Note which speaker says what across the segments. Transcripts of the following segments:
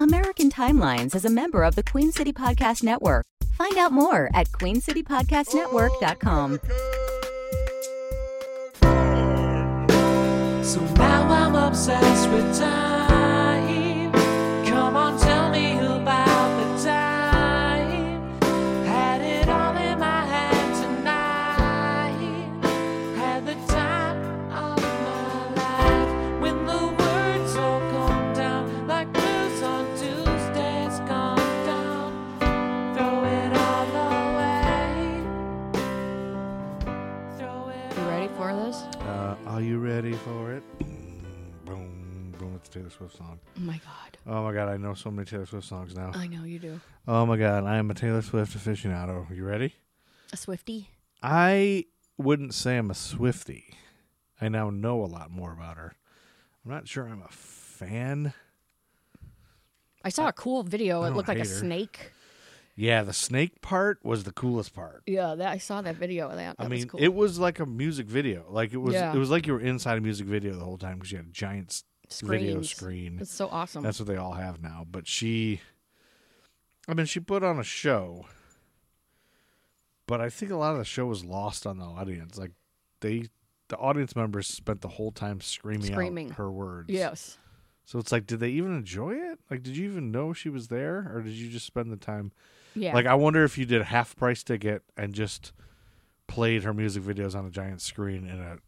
Speaker 1: American Timelines is a member of the Queen City Podcast Network. Find out more at queencitypodcastnetwork.com.
Speaker 2: So now I'm obsessed with time. Come on, tell me about the time. Had it all in my head tonight. Had the time of my life. When the words all come down, like blues on Tuesdays gone down. Throw it all away. Throw it
Speaker 3: You ready for this?
Speaker 4: Uh, are you ready for it? Boom, boom, boom. It's a Taylor Swift song.
Speaker 3: Oh my god.
Speaker 4: Oh my God, I know so many Taylor Swift songs now.
Speaker 3: I know you do.
Speaker 4: Oh my God, I am a Taylor Swift aficionado. You ready?
Speaker 3: A Swifty?
Speaker 4: I wouldn't say I'm a Swifty. I now know a lot more about her. I'm not sure I'm a fan.
Speaker 3: I saw a cool video.
Speaker 4: I
Speaker 3: It
Speaker 4: don't
Speaker 3: looked like a
Speaker 4: hate her.
Speaker 3: snake.
Speaker 4: Yeah, the snake part was the coolest part.
Speaker 3: Yeah, that I saw that video of that.
Speaker 4: I
Speaker 3: That was
Speaker 4: mean,
Speaker 3: cool.
Speaker 4: it was like a music video. Like it was,
Speaker 3: Yeah.
Speaker 4: it was like you were inside a music video the whole time because you had a giant s- video
Speaker 3: Screens.
Speaker 4: screen.
Speaker 3: It's so awesome.
Speaker 4: That's what they all have now. But she, I mean, she put on a show, but I think a lot of the show was lost on the audience. Like they, the audience members spent the whole time screaming, out
Speaker 3: Screaming.
Speaker 4: her words.
Speaker 3: yes.
Speaker 4: So it's like, did they even enjoy it? Like, did you even know she was there, or did you just spend the time?
Speaker 3: Yeah.
Speaker 4: Like, I wonder if you did a half price ticket and just played her music videos on a giant screen in a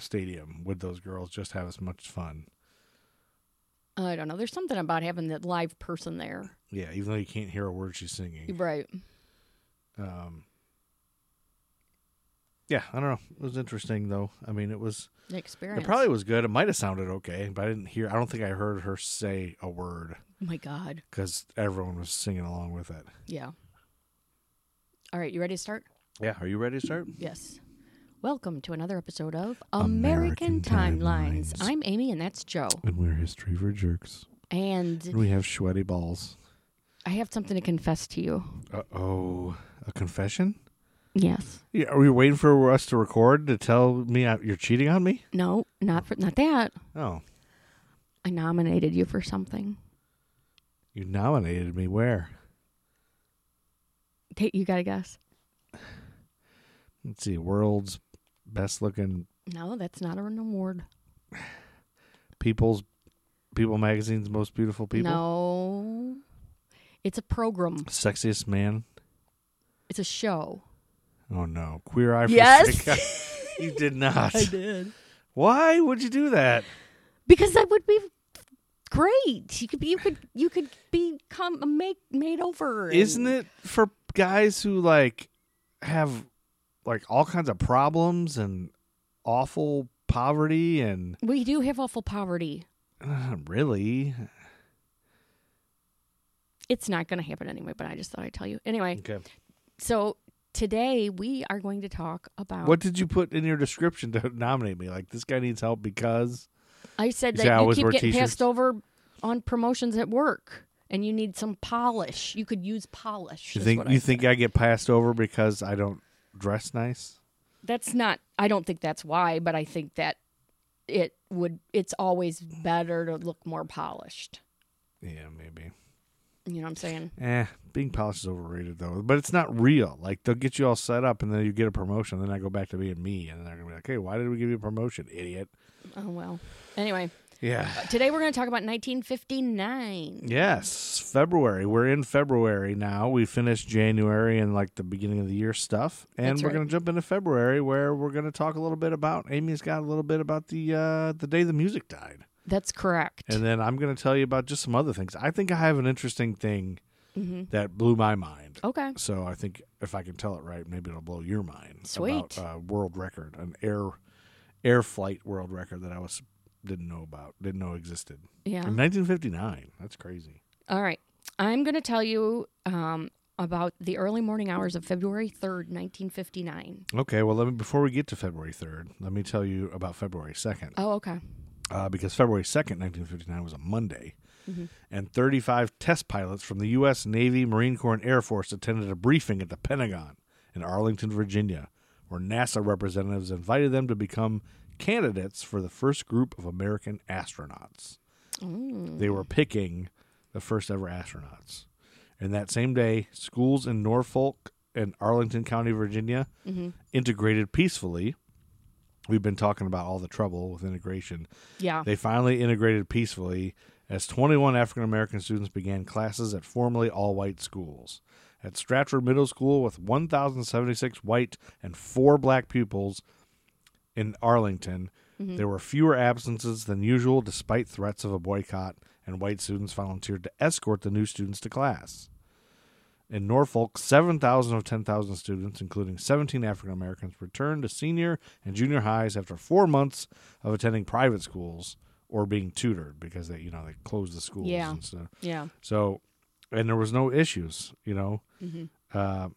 Speaker 4: stadium would those girls just have as much fun
Speaker 3: I don't know. There's something about having that live person there.
Speaker 4: yeah even though you can't hear a word she's singing
Speaker 3: Right.
Speaker 4: Um, yeah, I don't know. It was interesting though. I mean, it was
Speaker 3: The experience.
Speaker 4: it probably was good. It might have sounded okay, but I didn't hear. I don't think I heard her say a word
Speaker 3: Oh my god.
Speaker 4: because everyone was singing along with it.
Speaker 3: Yeah. All right, you ready to start?
Speaker 4: Yeah, are you ready to start?
Speaker 3: Yes. Welcome to another episode of American,
Speaker 4: American
Speaker 3: Timelines.
Speaker 4: Timelines.
Speaker 3: I'm Amy and that's Joe.
Speaker 4: And we're history for jerks.
Speaker 3: And
Speaker 4: And we have sweaty balls.
Speaker 3: I have something to confess to you.
Speaker 4: Uh oh, a confession.
Speaker 3: Yes.
Speaker 4: Yeah, are you waiting for us to record to tell me I- you're cheating on me?
Speaker 3: No, not for not that.
Speaker 4: Oh,
Speaker 3: I nominated you for something.
Speaker 4: you nominated me where?
Speaker 3: Take you got to guess.
Speaker 4: Let's see, world's best looking
Speaker 3: No, that's not an award.
Speaker 4: people's people magazine's most beautiful people.
Speaker 3: No. It's a program.
Speaker 4: Sexiest man.
Speaker 3: It's a show.
Speaker 4: Oh no, queer eye. For
Speaker 3: Yes.
Speaker 4: Psycho. you did not.
Speaker 3: did.
Speaker 4: Why would you do that?
Speaker 3: Because that would be great. You could be you could you could become a make made over. and-
Speaker 4: Isn't it for guys who like have like all kinds of problems and awful poverty and
Speaker 3: We do have awful poverty.
Speaker 4: uh, really?
Speaker 3: It's not going to happen anyway, but I just thought I'd tell you. Anyway,
Speaker 4: Okay.
Speaker 3: so today we are going to talk about
Speaker 4: What did you put in your description to nominate me? Like this guy needs help because
Speaker 3: I said
Speaker 4: You say I
Speaker 3: that you
Speaker 4: always
Speaker 3: keep
Speaker 4: wear
Speaker 3: getting
Speaker 4: t-shirts?
Speaker 3: passed over on promotions at work, and you need some polish. You could use polish.
Speaker 4: you
Speaker 3: is
Speaker 4: think
Speaker 3: what
Speaker 4: you
Speaker 3: I
Speaker 4: think
Speaker 3: said.
Speaker 4: I get passed over because I don't dress nice.
Speaker 3: that's not? I don't think that's why, but I think that it would. It's always better to look more polished.
Speaker 4: Yeah, maybe.
Speaker 3: You know what I'm saying?
Speaker 4: Eh, being polished is overrated though. But it's not real. Like they'll get you all set up and then you get a promotion, then I go back to being me, and then they're gonna be like, Hey, why did we give you a promotion, idiot?
Speaker 3: Oh well. Anyway,
Speaker 4: Yeah.
Speaker 3: today we're going to talk about 1959.
Speaker 4: Yes. February. We're in February now. We finished January and like the beginning of the year stuff. And
Speaker 3: That's
Speaker 4: we're
Speaker 3: right.
Speaker 4: gonna jump into February where we're gonna talk a little bit about Amy's got a little bit about the uh the day the music died.
Speaker 3: That's correct.
Speaker 4: And then I'm gonna tell you about just some other things. I think I have an interesting thing
Speaker 3: Mhm.
Speaker 4: that blew my mind.
Speaker 3: Okay.
Speaker 4: So I think if I can tell it right, maybe it'll blow your mind.
Speaker 3: Sweet.
Speaker 4: About, uh, world record, an air air flight world record that I was didn't know about, didn't know existed.
Speaker 3: Yeah.
Speaker 4: In 1959. That's crazy.
Speaker 3: All right. I'm going to tell you um, about the early morning hours of February 3rd, 1959.
Speaker 4: Okay, well, let me before we get to February 3rd, let me tell you about February 2nd.
Speaker 3: Oh, okay.
Speaker 4: Uh, because February 2nd, 1959 was a Monday.
Speaker 3: Mhm.
Speaker 4: And 35 test pilots from the U.S. Navy, Marine Corps, and Air Force attended a briefing at the Pentagon in Arlington, Virginia, where NASA representatives invited them to become candidates for the first group of American astronauts.
Speaker 3: Mm.
Speaker 4: They were picking the first ever astronauts. And that same day, schools in Norfolk and Arlington County, Virginia, integrated peacefully. We've been talking about all the trouble with integration.
Speaker 3: Yeah.
Speaker 4: They finally integrated peacefully as 21 African American students began classes at formerly all white schools. At Stratford Middle School, with 1,076 white and four black pupils in Arlington, there were fewer absences than usual despite threats of a boycott, and white students volunteered to escort the new students to class. In Norfolk, 7,000 of 10,000 students, including 17 African Americans, returned to senior and junior highs after four months of attending private schools or being tutored because they, you know, they closed the schools
Speaker 3: Yeah.
Speaker 4: and stuff.
Speaker 3: yeah.
Speaker 4: So, and there was no issues, you know. Uh,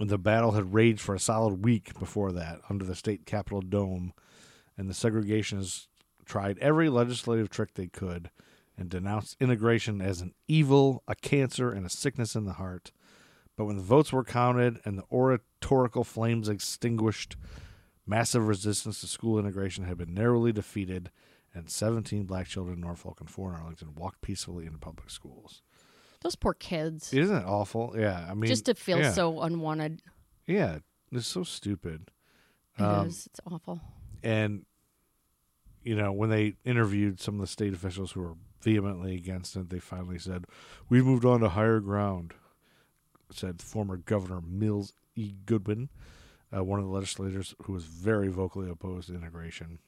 Speaker 4: the battle had raged for a solid week before that under the state capitol dome, and the segregationists tried every legislative trick they could and denounced integration as an evil, a cancer, and a sickness in the heart. But when the votes were counted and the oratorical flames extinguished, massive resistance to school integration had been narrowly defeated, and 17 black children in Norfolk and four in Arlington walked peacefully into public schools.
Speaker 3: Those poor kids.
Speaker 4: Isn't it awful? Yeah, I mean,
Speaker 3: Just to feel
Speaker 4: yeah.
Speaker 3: so unwanted.
Speaker 4: yeah, it's so stupid.
Speaker 3: It
Speaker 4: Um,
Speaker 3: is. It's awful.
Speaker 4: and you know when they interviewed some of the state officials who were vehemently against it they finally said we've moved on to higher ground said former governor mills e goodwin uh, one of the legislators who was very vocally opposed to integration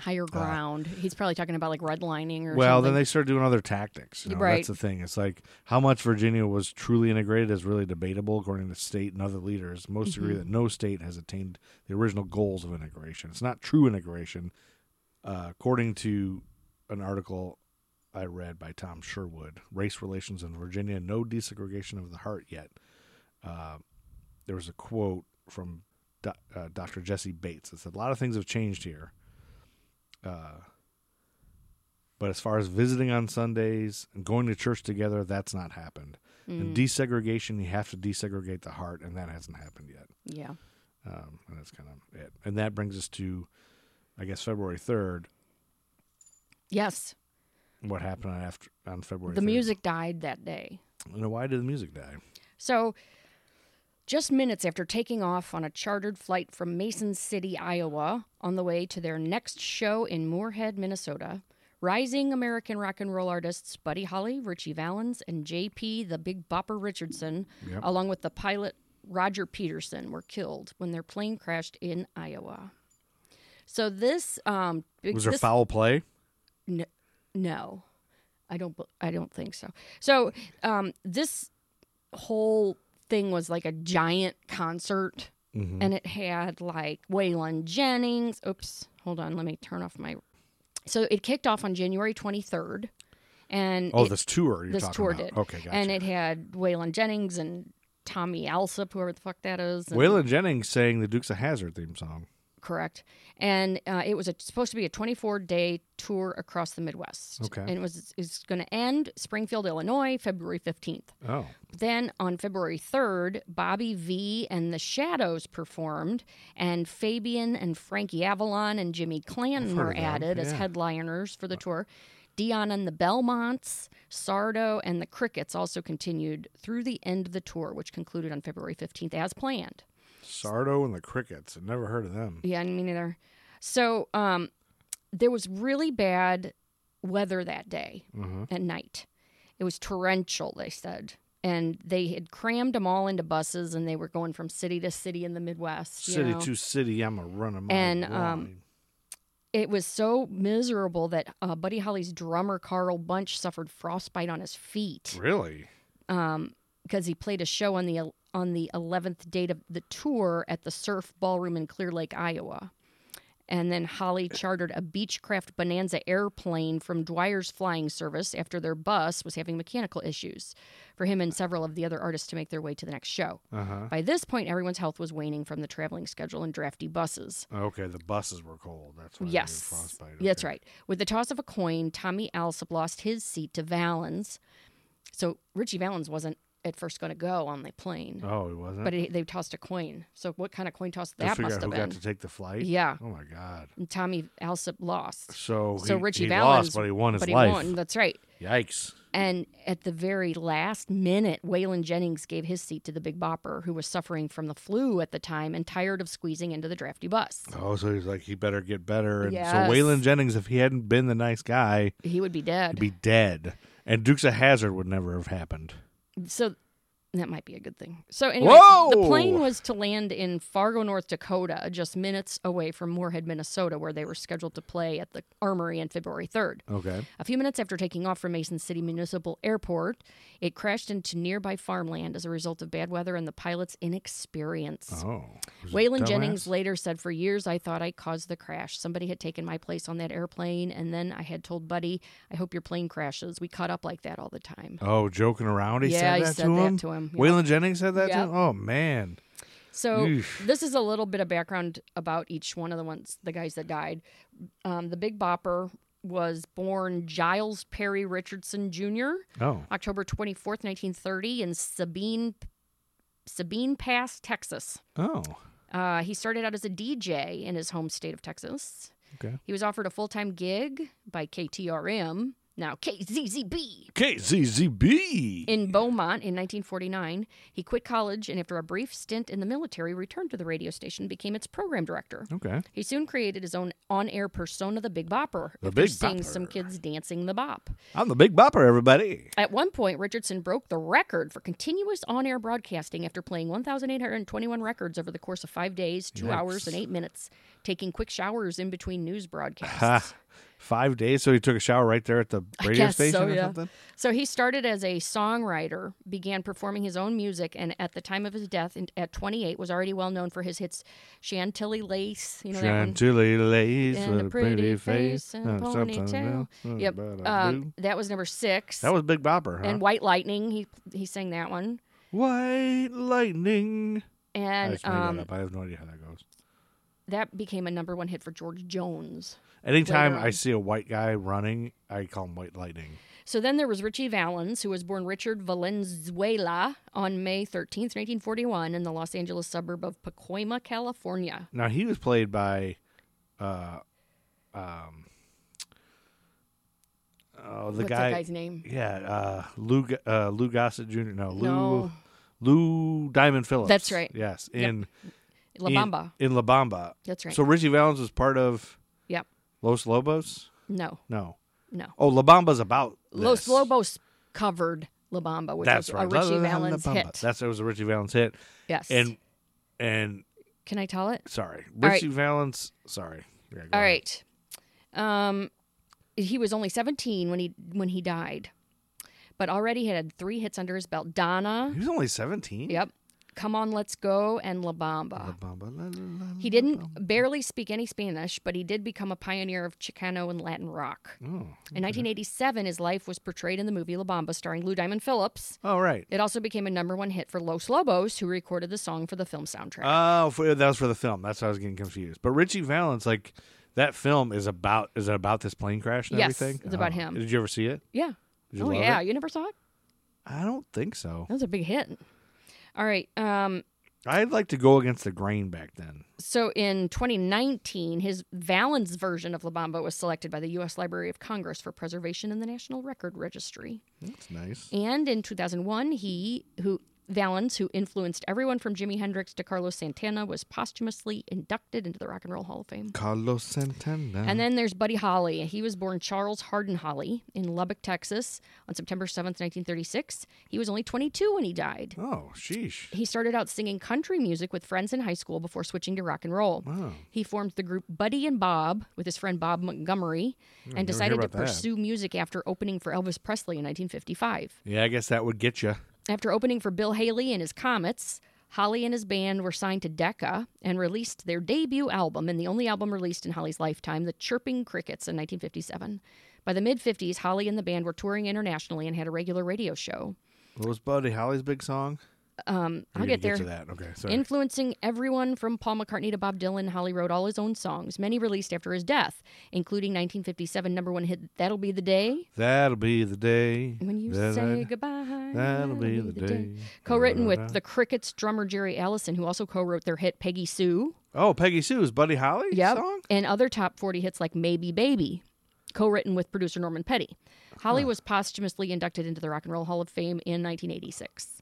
Speaker 3: Higher ground. He's probably talking about like redlining or
Speaker 4: Uh, well
Speaker 3: something.
Speaker 4: then they started doing other tactics you know,
Speaker 3: Right.
Speaker 4: that's the thing it's like how much virginia was truly integrated is really debatable according to state and other leaders most
Speaker 3: Mm-hmm.
Speaker 4: agree that no state has attained the original goals of integration it's not true integration uh, according to an article i read by tom sherwood race relations in virginia no desegregation of the heart yet Uh, there was a quote from Do- uh, Dr. Jesse Bates that said, A lot of things have changed here. Uh, but as far as visiting on Sundays and going to church together, that's not happened. And
Speaker 3: Mm.
Speaker 4: desegregation, you have to desegregate the heart, and that hasn't happened yet.
Speaker 3: yeah.
Speaker 4: Um, and that's kind of it. And that brings us to, I guess, February 3rd.
Speaker 3: Yes.
Speaker 4: What happened on, after, on February
Speaker 3: The
Speaker 4: 3rd.
Speaker 3: music died that day.
Speaker 4: And why did the music die?
Speaker 3: So, just minutes after taking off on a chartered flight from Mason City, Iowa, on the way to their next show in Moorhead, Minnesota, rising American rock and roll artists Buddy Holly, Richie Valens, and J.P. the Big Bopper Richardson, along with the pilot Roger Peterson, were killed when their plane crashed in Iowa. So this um, big-
Speaker 4: Was there
Speaker 3: this-
Speaker 4: foul play?
Speaker 3: N- no, I don't. bel- I don't think so. So um, this whole thing was like a giant concert,
Speaker 4: Mm-hmm.
Speaker 3: and it had like Waylon Jennings. Oops, hold on. Let me turn off my. So it kicked off on January twenty third, and
Speaker 4: Oh,
Speaker 3: it-
Speaker 4: this tour you're
Speaker 3: this
Speaker 4: talking
Speaker 3: tour
Speaker 4: about.
Speaker 3: did.
Speaker 4: Okay, gotcha.
Speaker 3: And it had Waylon Jennings and Tommy Alsop, whoever the fuck that is. and-
Speaker 4: Waylon Jennings sang the Dukes of Hazard theme song.
Speaker 3: correct and uh, it was a, supposed to be a 24 day tour across the midwest
Speaker 4: Okay.
Speaker 3: and it was it's going to end springfield illinois february 15th
Speaker 4: Oh.
Speaker 3: then on february 3rd bobby v and the shadows performed and fabian and frankie avalon and jimmy clanton
Speaker 4: heard
Speaker 3: were
Speaker 4: of them,
Speaker 3: added as
Speaker 4: yeah.
Speaker 3: headliners for the tour dion and the belmonts sardo and the crickets also continued through the end of the tour which concluded on february 15th as planned
Speaker 4: Sardo and the Crickets. I've never heard of them.
Speaker 3: Yeah, me neither. So um, there was really bad weather that day
Speaker 4: Mm-hmm.
Speaker 3: at night. It was torrential, they said. And they had crammed them all into buses and they were going from city to city in the Midwest. you
Speaker 4: City
Speaker 3: know.
Speaker 4: to city, I'm a run them
Speaker 3: And, um, It was so miserable that uh, Buddy Holly's drummer, Carl Bunch, suffered frostbite on his feet.
Speaker 4: really?
Speaker 3: because um, he played a show on the el- on the 11th date of the tour at the Surf Ballroom in Clear Lake, Iowa. And then Holly chartered a Beechcraft Bonanza airplane from Dwyer's Flying Service after their bus was having mechanical issues for him and several of the other artists to make their way to the next show.
Speaker 4: Uh-huh.
Speaker 3: By this point, everyone's health was waning from the traveling schedule and drafty buses.
Speaker 4: Okay, the buses were cold. That's why
Speaker 3: Yes.
Speaker 4: They were frostbite.
Speaker 3: That's
Speaker 4: Okay.
Speaker 3: right. With the toss of a coin, Tommy Alsop lost his seat to Valens. So Richie Valens wasn't at first going to go on the plane,
Speaker 4: Oh, it wasn't.
Speaker 3: but it, they tossed a coin. So what kind of coin toss
Speaker 4: Let's
Speaker 3: that
Speaker 4: figure
Speaker 3: must
Speaker 4: out who
Speaker 3: have
Speaker 4: got
Speaker 3: been?
Speaker 4: to take the flight.
Speaker 3: Yeah.
Speaker 4: Oh my God.
Speaker 3: And Tommy Alsop lost,
Speaker 4: So
Speaker 3: So
Speaker 4: he,
Speaker 3: Richie
Speaker 4: he
Speaker 3: Valens-
Speaker 4: lost, but he won his
Speaker 3: but he
Speaker 4: life.
Speaker 3: won. That's right.
Speaker 4: Yikes.
Speaker 3: And at the very last minute, Waylon Jennings gave his seat to the Big Bopper, who was suffering from the flu at the time and tired of squeezing into the drafty bus.
Speaker 4: Oh, so he's like, he better get better. And
Speaker 3: Yes.
Speaker 4: so Waylon Jennings, if he hadn't been the nice guy,
Speaker 3: He would be
Speaker 4: he'd
Speaker 3: dead.
Speaker 4: be dead. And Dukes of Hazard would never have happened.
Speaker 3: so that might be a good thing. So anyway, the
Speaker 4: Whoa!
Speaker 3: plane was to land in Fargo, North Dakota, just minutes away from Moorhead, Minnesota, where they were scheduled to play at the Armory on February 3rd.
Speaker 4: Okay.
Speaker 3: A few minutes after taking off from Mason City Municipal Airport, it crashed into nearby farmland as a result of bad weather and the pilot's inexperience.
Speaker 4: Oh. Was it
Speaker 3: Waylon
Speaker 4: dumbass?
Speaker 3: Jennings later said, For years, I thought I caused the crash. Somebody had taken my place on that airplane, and then I had told Buddy, I hope your plane crashes. We caught up like that all the time.
Speaker 4: Oh, joking around. He
Speaker 3: Yeah,
Speaker 4: said
Speaker 3: he
Speaker 4: that,
Speaker 3: said
Speaker 4: to,
Speaker 3: that
Speaker 4: him?
Speaker 3: to him, yeah.
Speaker 4: Waylon Jennings said that
Speaker 3: Yep.
Speaker 4: to him. Oh man.
Speaker 3: So
Speaker 4: Oof.
Speaker 3: this is a little bit of background about each one of the ones, the guys that died. Um, the Big Bopper was born Giles Perry Richardson Jr.
Speaker 4: Oh.
Speaker 3: October 24th, 1930, in Sabine, Sabine Pass, Texas.
Speaker 4: Oh.
Speaker 3: Uh, he started out as a DJ in his home state of Texas.
Speaker 4: Okay.
Speaker 3: He was offered a full time gig by KTRM, now KZZB,
Speaker 4: KZZB.
Speaker 3: in Beaumont in 1949. He quit college and, after a brief stint in the military, returned to the radio station and became its program director.
Speaker 4: okay.
Speaker 3: He soon created his own on air persona, the Big Bopper,
Speaker 4: The
Speaker 3: after
Speaker 4: Big
Speaker 3: seeing
Speaker 4: Bopper.
Speaker 3: some kids dancing the bop.
Speaker 4: I'm the big bopper, everybody.
Speaker 3: At one point, Richardson broke the record for continuous on air broadcasting after playing 1,821 records over the course of five days, two hours, and eight minutes, taking quick showers in between news broadcasts.
Speaker 4: Ha. Five days. So he took a shower right there at the radio
Speaker 3: guess so,
Speaker 4: station or
Speaker 3: yeah.
Speaker 4: something?
Speaker 3: So he started as a songwriter, began performing his own music, and at the time of his death in, at 28 was already well known for his hits Chantilly Lace, you know that one?
Speaker 4: Chantilly lace
Speaker 3: And
Speaker 4: with a pretty face
Speaker 3: and a
Speaker 4: uh, something
Speaker 3: ponytail.
Speaker 4: else
Speaker 3: Yep.
Speaker 4: about a
Speaker 3: Um,
Speaker 4: blue.
Speaker 3: that was number six.
Speaker 4: that was Big Bopper, huh?
Speaker 3: and White Lightning, he he sang that one.
Speaker 4: White lightning. I
Speaker 3: And
Speaker 4: just made
Speaker 3: um,
Speaker 4: that up. I have no idea how that goes.
Speaker 3: that became a number one hit for George Jones.
Speaker 4: Anytime
Speaker 3: later
Speaker 4: I
Speaker 3: on.
Speaker 4: see a white guy running, I call him White Lightning.
Speaker 3: So then there was Richie Valens, who was born Richard Valenzuela on May 13th, 1941, in the Los Angeles suburb of Pacoima, California.
Speaker 4: Now he was played by, uh, um, oh the
Speaker 3: What's
Speaker 4: guy,
Speaker 3: that guy's name?
Speaker 4: yeah, uh, Lou G- uh, Lou Gossett Jr. No, Lou
Speaker 3: No.
Speaker 4: Lou Diamond Phillips.
Speaker 3: That's right.
Speaker 4: Yes, in
Speaker 3: La
Speaker 4: in-
Speaker 3: Bamba.
Speaker 4: in, La Bamba.
Speaker 3: That's right.
Speaker 4: So Richie Valens was part of
Speaker 3: Yep.
Speaker 4: Los Lobos.
Speaker 3: No,
Speaker 4: No,
Speaker 3: no.
Speaker 4: oh La Bamba's about
Speaker 3: Los
Speaker 4: this.
Speaker 3: Lobos covered La Bamba, which
Speaker 4: That's
Speaker 3: was
Speaker 4: right.
Speaker 3: a
Speaker 4: La-
Speaker 3: Richie
Speaker 4: La- La- La
Speaker 3: Valens
Speaker 4: Bamba.
Speaker 3: hit.
Speaker 4: That's it was a Richie Valens hit,
Speaker 3: yes.
Speaker 4: and and
Speaker 3: Can I tell it?
Speaker 4: sorry,
Speaker 3: right.
Speaker 4: Richie Valens. Sorry. Yeah, go
Speaker 3: All
Speaker 4: ahead.
Speaker 3: right. Um, he was only 17 when he when he died, but already had three hits under his belt. Donna.
Speaker 4: He was only seventeen.
Speaker 3: Yep. Come on, let's go and La Bamba.
Speaker 4: La Bamba, la, la, la,
Speaker 3: He didn't barely speak any Spanish, but he did become a pioneer of Chicano and Latin rock.
Speaker 4: Oh.
Speaker 3: In 1987, his life was portrayed in the movie La Bamba starring Lou Diamond Phillips.
Speaker 4: Oh, right.
Speaker 3: It also became a number one hit for Los Lobos, who recorded the song for the film soundtrack.
Speaker 4: Oh, for, that was for the film. That's how I was getting confused. But Richie Valens, like that film is about is it about this plane crash and
Speaker 3: Yes,
Speaker 4: everything?
Speaker 3: it's about
Speaker 4: Oh.
Speaker 3: him.
Speaker 4: Did you ever see it?
Speaker 3: yeah.
Speaker 4: Did you
Speaker 3: Oh,
Speaker 4: love
Speaker 3: yeah.
Speaker 4: it?
Speaker 3: You never saw it?
Speaker 4: I don't think so.
Speaker 3: That was a big hit. All right. Um,
Speaker 4: I'd like to go against the grain back then.
Speaker 3: so in 2019, his Valens version of La Bamba was selected by the U.S. Library of Congress for preservation in the National Record Registry.
Speaker 4: That's nice.
Speaker 3: And in 2001, he who Valens, who influenced everyone from Jimi Hendrix to Carlos Santana, was posthumously inducted into the Rock and Roll Hall of Fame.
Speaker 4: Carlos Santana.
Speaker 3: And then there's Buddy Holly. He was born Charles Hardin Holly in Lubbock, Texas, on September 7th, 1936. He was only 22 when he died.
Speaker 4: oh, sheesh.
Speaker 3: He started out singing country music with friends in high school before switching to rock and roll.
Speaker 4: Wow.
Speaker 3: He formed the group Buddy and Bob with his friend Bob Montgomery
Speaker 4: Hmm,
Speaker 3: and decided to
Speaker 4: about that.
Speaker 3: pursue music after opening for Elvis Presley in 1955.
Speaker 4: Yeah, I guess that would get you.
Speaker 3: After opening for Bill Haley and his Comets, Holly and his band were signed to Decca and released their debut album and the only album released in Holly's lifetime, The Chirping Crickets, in 1957. By the mid 50s, Holly and the band were touring internationally and had a regular radio show.
Speaker 4: What was Buddy Holly's big song?
Speaker 3: Um,
Speaker 4: Or
Speaker 3: I'll
Speaker 4: you
Speaker 3: get
Speaker 4: didn't
Speaker 3: there.
Speaker 4: to that. Okay, sorry.
Speaker 3: Influencing everyone from Paul McCartney to Bob Dylan, Holly wrote all his own songs, many released after his death, including 1957 number one hit That'll Be the Day,
Speaker 4: That'll be the day
Speaker 3: When You
Speaker 4: that I-
Speaker 3: Say Goodbye.
Speaker 4: That'll be the day.
Speaker 3: Co-written with
Speaker 4: Da-da-da.
Speaker 3: the Crickets drummer Jerry Allison, who also co-wrote their hit Peggy Sue.
Speaker 4: Oh, Peggy Sue's Buddy Holly
Speaker 3: Yep.
Speaker 4: song?
Speaker 3: And other top 40 hits like Maybe Baby, co written with producer Norman Petty. Holly was posthumously inducted into the Rock and Roll Hall of Fame in 1986.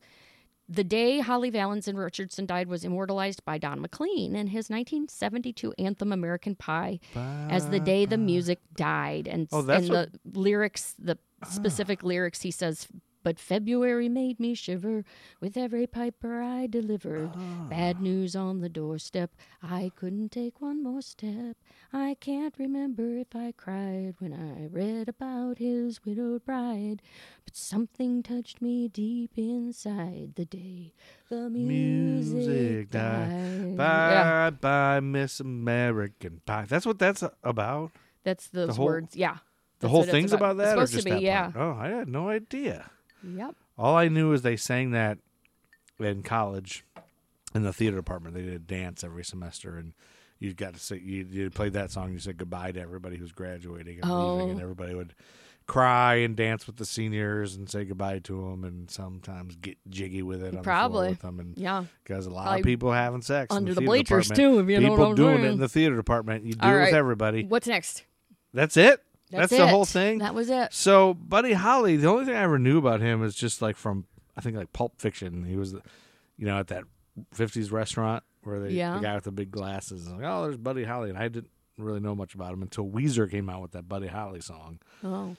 Speaker 3: The day Holly Valenson Richardson died was immortalized by Don McLean in his 1972 anthem American Pie as the day the music died. And,
Speaker 4: Oh, that's
Speaker 3: and
Speaker 4: what- Ah.
Speaker 3: the lyrics, the specific lyrics, he says, but February made me shiver with every piper I delivered.
Speaker 4: Ah.
Speaker 3: Bad news on the doorstep. I couldn't take one more step. I can't remember if I cried when I read about his widowed bride. But something touched me deep inside the day the music,
Speaker 4: Music
Speaker 3: died.
Speaker 4: died. Bye
Speaker 3: Yeah,
Speaker 4: bye, Miss American Pie. That's what that's about.
Speaker 3: that's those
Speaker 4: whole-
Speaker 3: words. Yeah.
Speaker 4: The
Speaker 3: that's
Speaker 4: whole
Speaker 3: what it's
Speaker 4: thing's about,
Speaker 3: It's
Speaker 4: that, or
Speaker 3: supposed
Speaker 4: just
Speaker 3: to be,
Speaker 4: that
Speaker 3: yeah.
Speaker 4: part? Oh, I had no idea.
Speaker 3: Yep.
Speaker 4: All I knew is they sang that in college in the theater department. They did a dance every semester, and you got to say you, you played that song. You said goodbye to everybody who's graduating and leaving, and
Speaker 3: Oh.
Speaker 4: everybody would cry and dance with the seniors and say goodbye to them, and sometimes get jiggy with it. On
Speaker 3: Probably.
Speaker 4: the floor with them and
Speaker 3: Yeah.
Speaker 4: because a lot
Speaker 3: Probably
Speaker 4: of people having sex in
Speaker 3: under the
Speaker 4: theater
Speaker 3: bleachers,
Speaker 4: department.
Speaker 3: too, if you know
Speaker 4: people
Speaker 3: what I'm
Speaker 4: doing it
Speaker 3: saying.
Speaker 4: in the theater department. You do
Speaker 3: All
Speaker 4: it
Speaker 3: right.
Speaker 4: with everybody.
Speaker 3: What's next?
Speaker 4: That's it.
Speaker 3: That's
Speaker 4: the
Speaker 3: it.
Speaker 4: whole thing.
Speaker 3: That was it.
Speaker 4: So Buddy Holly, the only thing I ever knew about him is just like from I think like Pulp Fiction. He was, you know, at that '50s restaurant where they,
Speaker 3: Yeah.
Speaker 4: the guy with the big glasses. Like, oh, there's Buddy Holly, and I didn't really know much about him until Weezer came out with that Buddy Holly song.
Speaker 3: Oh.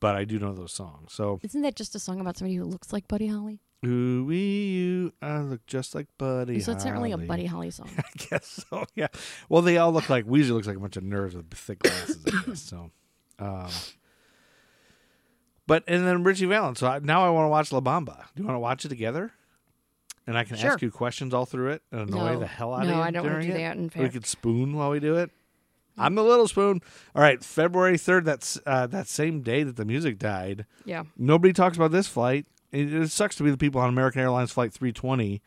Speaker 4: But I do know those songs. So
Speaker 3: Isn't that just a song about somebody who looks like Buddy Holly?
Speaker 4: ooh wee you, I look just like Buddy.
Speaker 3: so it's not really a
Speaker 4: Holly."
Speaker 3: Buddy Holly song.
Speaker 4: I guess so. Yeah. Well, they all look like Weezer looks like a bunch of nerds with thick glasses. I guess so. Um, but and then Richie Valens. So I, now I want to watch La Bamba. Do you want to watch it together? And I can
Speaker 3: Sure.
Speaker 4: ask you questions all through it and annoy
Speaker 3: No.
Speaker 4: the hell out
Speaker 3: No,
Speaker 4: of you.
Speaker 3: I don't wanna
Speaker 4: during
Speaker 3: do
Speaker 4: it?
Speaker 3: that, in
Speaker 4: we
Speaker 3: fact. Mm.
Speaker 4: could spoon while we do it. I'm the little spoon. All right, February third. That's uh, that same day that the music died.
Speaker 3: yeah.
Speaker 4: Nobody talks about this flight. It, it sucks to be the people on American Airlines Flight 320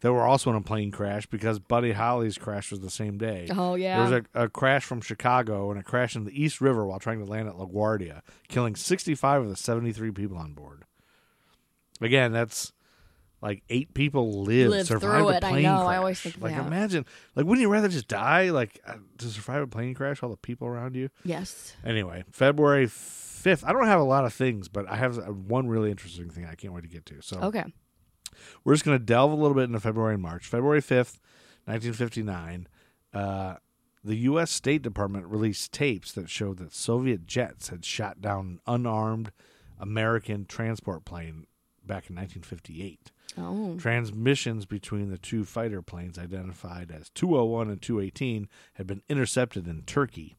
Speaker 4: that were also in a plane crash because Buddy Holly's crash was the same day.
Speaker 3: Oh, yeah.
Speaker 4: There was a, a crash from Chicago and a crash in the East River while trying to land at LaGuardia, killing 65 of the 73 people on board. Again, that's like eight people lived,
Speaker 3: Lived
Speaker 4: survived
Speaker 3: through
Speaker 4: a
Speaker 3: it. I
Speaker 4: plane
Speaker 3: know. I
Speaker 4: crash.
Speaker 3: always think of
Speaker 4: like
Speaker 3: that.
Speaker 4: imagine, like wouldn't you rather just die like uh, to survive a plane crash? All the people around you.
Speaker 3: Yes.
Speaker 4: Anyway, February 5th. I don't have a lot of things, but I have uh, one really interesting thing I can't wait to get to. So
Speaker 3: Okay.
Speaker 4: we're just going to delve a little bit into February and March. February 5th, 1959, uh, the U.S. State Department released tapes that showed that Soviet jets had shot down an unarmed American transport plane back in 1958.
Speaker 3: Oh.
Speaker 4: Transmissions between the two fighter planes, identified as 201 and 218, had been intercepted in Turkey.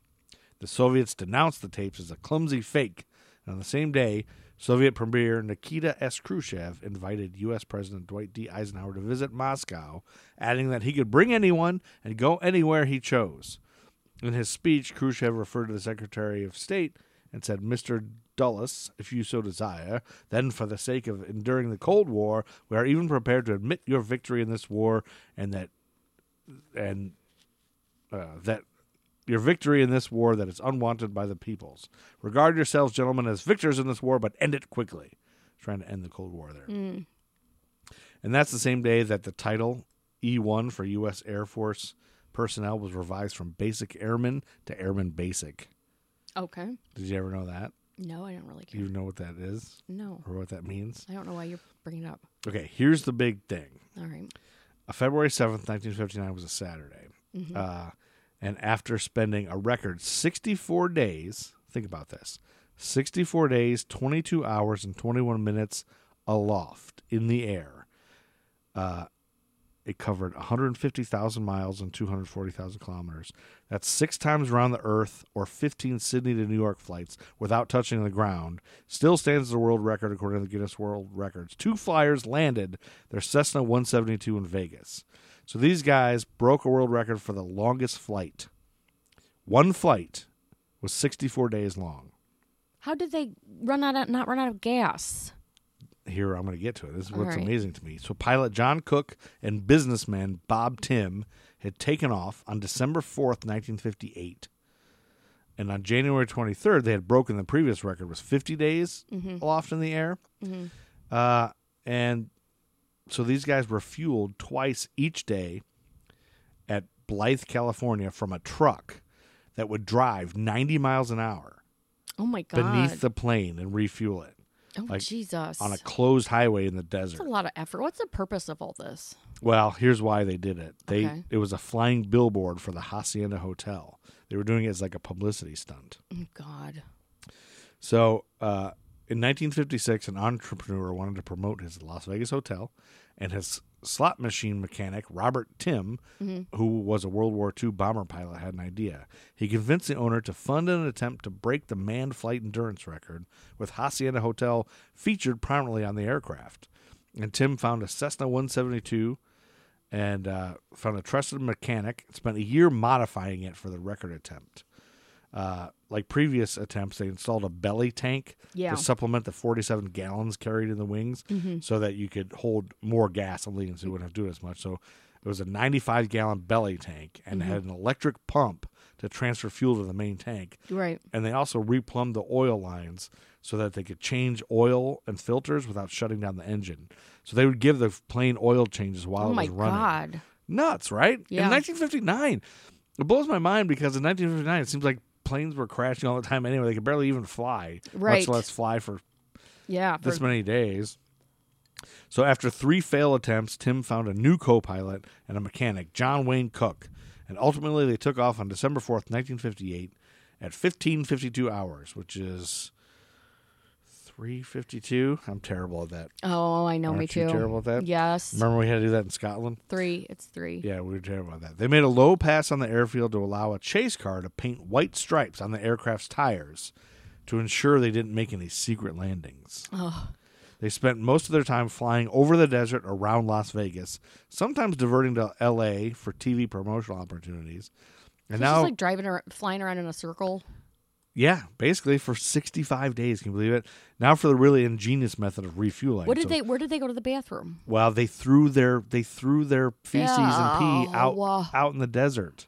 Speaker 4: The Soviets denounced the tapes as a clumsy fake. And on the same day, Soviet Premier Nikita S. Khrushchev invited U.S. President Dwight D. Eisenhower to visit Moscow, adding that he could bring anyone and go anywhere he chose. In his speech, Khrushchev referred to the Secretary of State and said, Mr. Dulles, if you so desire, then for the sake of enduring the Cold War, we are even prepared to admit your victory in this war and that and uh, that your victory in this war that is unwanted by the peoples. Regard yourselves, gentlemen, as victors in this war, but end it quickly. Trying to end the Cold War there. And that's the same day that the title E1 for U.S. Air Force personnel was revised from Basic Airman to Airman Basic.
Speaker 3: Okay.
Speaker 4: Did you ever know that?
Speaker 3: No, I don't really
Speaker 4: Do
Speaker 3: care.
Speaker 4: you know what that is
Speaker 3: No.
Speaker 4: or what that means?
Speaker 3: I don't know why you're bringing it up.
Speaker 4: Okay, here's the big thing.
Speaker 3: All right.
Speaker 4: Uh, February 7th, 1959 was a Saturday. Uh, and after spending a record 64 days, think about this 64 days, 22 hours, and 21 minutes aloft in the air, uh, it covered 150,000 miles and 240,000 kilometers. That's six times around the Earth or 15 Sydney to New York flights without touching the ground. Still stands as the world record according to the Guinness World Records. Two flyers landed their Cessna 172 in Vegas. So these guys broke a world record for the longest flight. One flight was 64 days long.
Speaker 3: How did they run out of, not run out of gas?
Speaker 4: here I'm going to get to it. This is what's
Speaker 3: Alright.
Speaker 4: amazing to me. So, pilot John Cook and businessman Bob Tim had taken off on December 4th, 1958. And on January 23rd, they had broken the previous record was 50 days aloft in the air. Uh, and so these guys were fueled twice each day at Blythe, California, from a truck that would drive 90 miles an hour
Speaker 3: Oh my god.
Speaker 4: beneath the plane and refuel it
Speaker 3: oh
Speaker 4: like,
Speaker 3: Jesus.
Speaker 4: on a closed highway in the
Speaker 3: That's a
Speaker 4: desert.
Speaker 3: lot of effort. What's the purpose of all this?
Speaker 4: Well, here's why they did it. They
Speaker 3: Okay.
Speaker 4: it was a flying billboard for the Hacienda Hotel. They were doing it as like a publicity stunt.
Speaker 3: Oh God.
Speaker 4: So, uh, in 1956, an entrepreneur wanted to promote his Las Vegas hotel, and his slot machine mechanic, Robert Tim, who was a World War II bomber pilot, had an idea. He convinced the owner to fund an attempt to break the manned flight endurance record, with Hacienda Hotel featured prominently on the aircraft. And Tim found a Cessna 172 and uh, found a trusted mechanic, and spent a year modifying it for the record attempt uh, like previous attempts, they installed a belly tank
Speaker 3: Yeah. Mm-hmm.
Speaker 4: to supplement the 47 gallons carried in the wings so that you could hold more gas on leaves. So you wouldn't have to do it as much. So it was a 95 gallon belly tank and
Speaker 3: Mm-hmm.
Speaker 4: had an electric pump to transfer fuel to the main tank.
Speaker 3: Right.
Speaker 4: And they also replumbed the oil lines so that they could change oil and filters without shutting down the engine. So they would give the plane oil changes while
Speaker 3: oh
Speaker 4: it
Speaker 3: my
Speaker 4: was running
Speaker 3: God.
Speaker 4: nuts, right?
Speaker 3: Yeah.
Speaker 4: In 1959, it blows my mind because in 1959, it seems like planes were crashing all the time anyway. They could barely even fly,
Speaker 3: Right.
Speaker 4: much less fly for
Speaker 3: Yeah.
Speaker 4: this
Speaker 3: for-
Speaker 4: many days. So after three fail attempts, Tim found a new co-pilot and a mechanic, John Wayne Cook, and ultimately they took off on December 4th, 1958 at 15:52 hours, which is 3:52. I'm terrible at that.
Speaker 3: oh, I know. me
Speaker 4: Aren't you
Speaker 3: too.
Speaker 4: terrible at that?
Speaker 3: Yes.
Speaker 4: Remember we had to do that in Scotland?
Speaker 3: three. It's three.
Speaker 4: Yeah, we were terrible about that. They made a low pass on the airfield to allow a chase car to paint white stripes on the aircraft's tires to ensure they didn't make any secret landings. They spent most of their time flying over the desert around Las Vegas, sometimes diverting to LA for TV promotional opportunities. And
Speaker 3: It's
Speaker 4: now,
Speaker 3: just like driving around, flying around in a circle.
Speaker 4: yeah, basically for 65 days, can you believe it? Now for the really ingenious method of refueling.
Speaker 3: What did
Speaker 4: So-
Speaker 3: they? Where did they go to the bathroom?
Speaker 4: Well, they threw their they threw their feces and
Speaker 3: Ew.
Speaker 4: pee out out in the desert.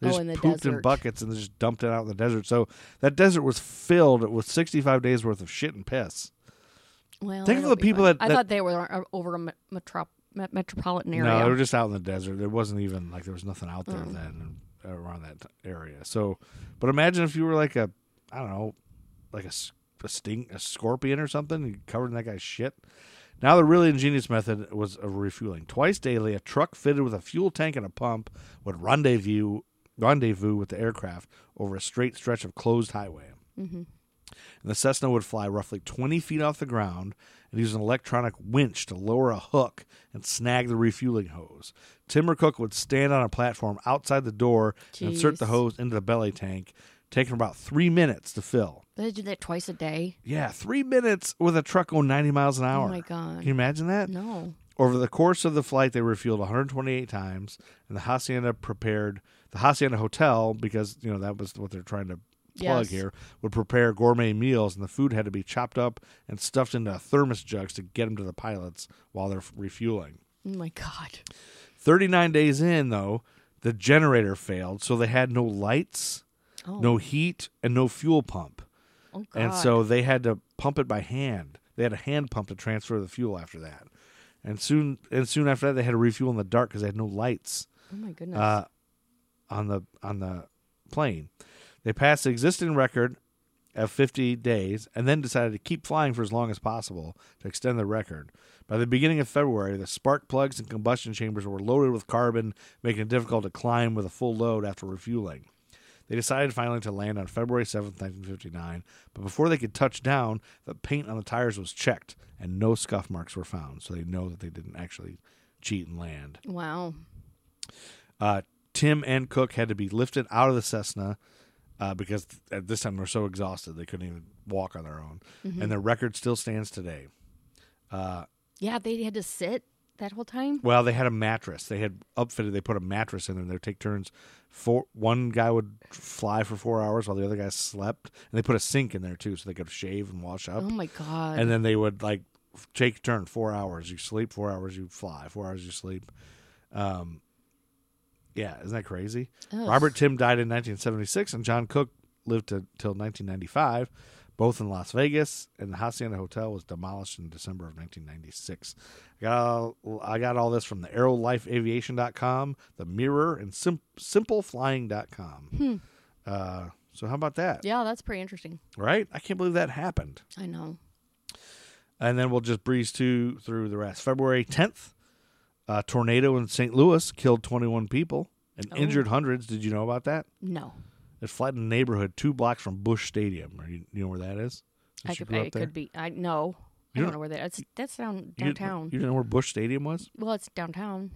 Speaker 4: They
Speaker 3: Oh,
Speaker 4: just
Speaker 3: in the
Speaker 4: pooped in
Speaker 3: desert.
Speaker 4: buckets and they just dumped it out in the desert. So that desert was filled with 65 days worth of shit and piss.
Speaker 3: Well,
Speaker 4: Think of
Speaker 3: that'll
Speaker 4: the
Speaker 3: be
Speaker 4: people
Speaker 3: fun.
Speaker 4: that-
Speaker 3: I
Speaker 4: that-
Speaker 3: thought they were uh, over a me- metrop- me- metropolitan area.
Speaker 4: No, they were just out in the desert. There wasn't even like there was nothing out there
Speaker 3: Mm.
Speaker 4: then around that area. So, but imagine if you were like a I don't know, like a, s- a sting a scorpion or something, you covered in that guy's shit. Now the really ingenious method was of refueling. Twice daily, a truck fitted with a fuel tank and a pump would rendezvous rendezvous with the aircraft over a straight stretch of closed highway.
Speaker 3: Mm-hmm.
Speaker 4: And the Cessna would fly roughly 20 feet off the ground and use an electronic winch to lower a hook and snag the refueling hose. Timber Cook would stand on a platform outside the door and insert the
Speaker 3: Jeez.
Speaker 4: hose into the belly tank, taking about three minutes to fill.
Speaker 3: they do that twice a day.
Speaker 4: Yeah, three minutes with a truck going 90 miles an hour.
Speaker 3: Oh my God.
Speaker 4: Can you imagine that?
Speaker 3: No.
Speaker 4: Over the course of the flight, they refueled 128 times, and the hacienda prepared the hacienda hotel because you know that was what they're trying to plug
Speaker 3: Yes.
Speaker 4: here would prepare gourmet meals, and the food had to be chopped up and stuffed into thermos jugs to get them to the pilots while they're refueling.
Speaker 3: Oh my God.
Speaker 4: 39 days in, though, the generator failed, so they had no lights,
Speaker 3: Oh.
Speaker 4: no heat, and no fuel pump.
Speaker 3: Oh God.
Speaker 4: And so they had to pump it by hand. They had a hand pump to transfer the fuel after that. And soon and soon after that they had to refuel in the dark cuz they had no lights
Speaker 3: Oh my goodness.
Speaker 4: uh, on the on the plane. They passed the existing record of 50 days and then decided to keep flying for as long as possible to extend the record. By the beginning of February, the spark plugs and combustion chambers were loaded with carbon, making it difficult to climb with a full load after refueling. They decided finally to land on February 7th, 1959, but before they could touch down, the paint on the tires was checked and no scuff marks were found, so they know that they didn't actually cheat and land.
Speaker 3: wow.
Speaker 4: Uh, Tim and Cook had to be lifted out of the Cessna uh, because th- at this time they were so exhausted they couldn't even walk on their own. And their record still stands today.
Speaker 3: Yeah, they had to sit that whole time.
Speaker 4: Well, they had a mattress. They had upfitted. They put a mattress in there. They would take turns. Four, one guy would fly for four hours while the other guy slept. And they put a sink in there too, so they could shave and wash up.
Speaker 3: Oh my God.
Speaker 4: and then they would like f- take a turn four hours you sleep four hours you fly four hours you sleep um yeah isn't that crazy
Speaker 3: Ugh.
Speaker 4: robert tim died in 1976 and john cook lived to, till 1995 both in Las Vegas, and the Hacienda Hotel was demolished in December of 1996. I got, I got all this from the aerolifeaviation.com, the Mirror, and sim- simpleflying.com. Uh, so, how about that?
Speaker 3: Hmm. Yeah, that's pretty interesting.
Speaker 4: Right? I can't believe that happened.
Speaker 3: I know.
Speaker 4: And then we'll just breeze to, through the rest. February 10th, a tornado in St. Louis killed 21 people
Speaker 3: Oh.
Speaker 4: and injured hundreds. Did you know about that?
Speaker 3: No.
Speaker 4: It flattened a neighborhood two blocks from Bush Stadium. Or you, you know where that is?
Speaker 3: I
Speaker 4: Since you
Speaker 3: could,
Speaker 4: grew
Speaker 3: I
Speaker 4: up there?
Speaker 3: could be. I no. I
Speaker 4: You
Speaker 3: don't
Speaker 4: don't-
Speaker 3: know where that. That's that's down
Speaker 4: You didn't-
Speaker 3: downtown.
Speaker 4: You didn't know where Bush Stadium was?
Speaker 3: well, it's downtown.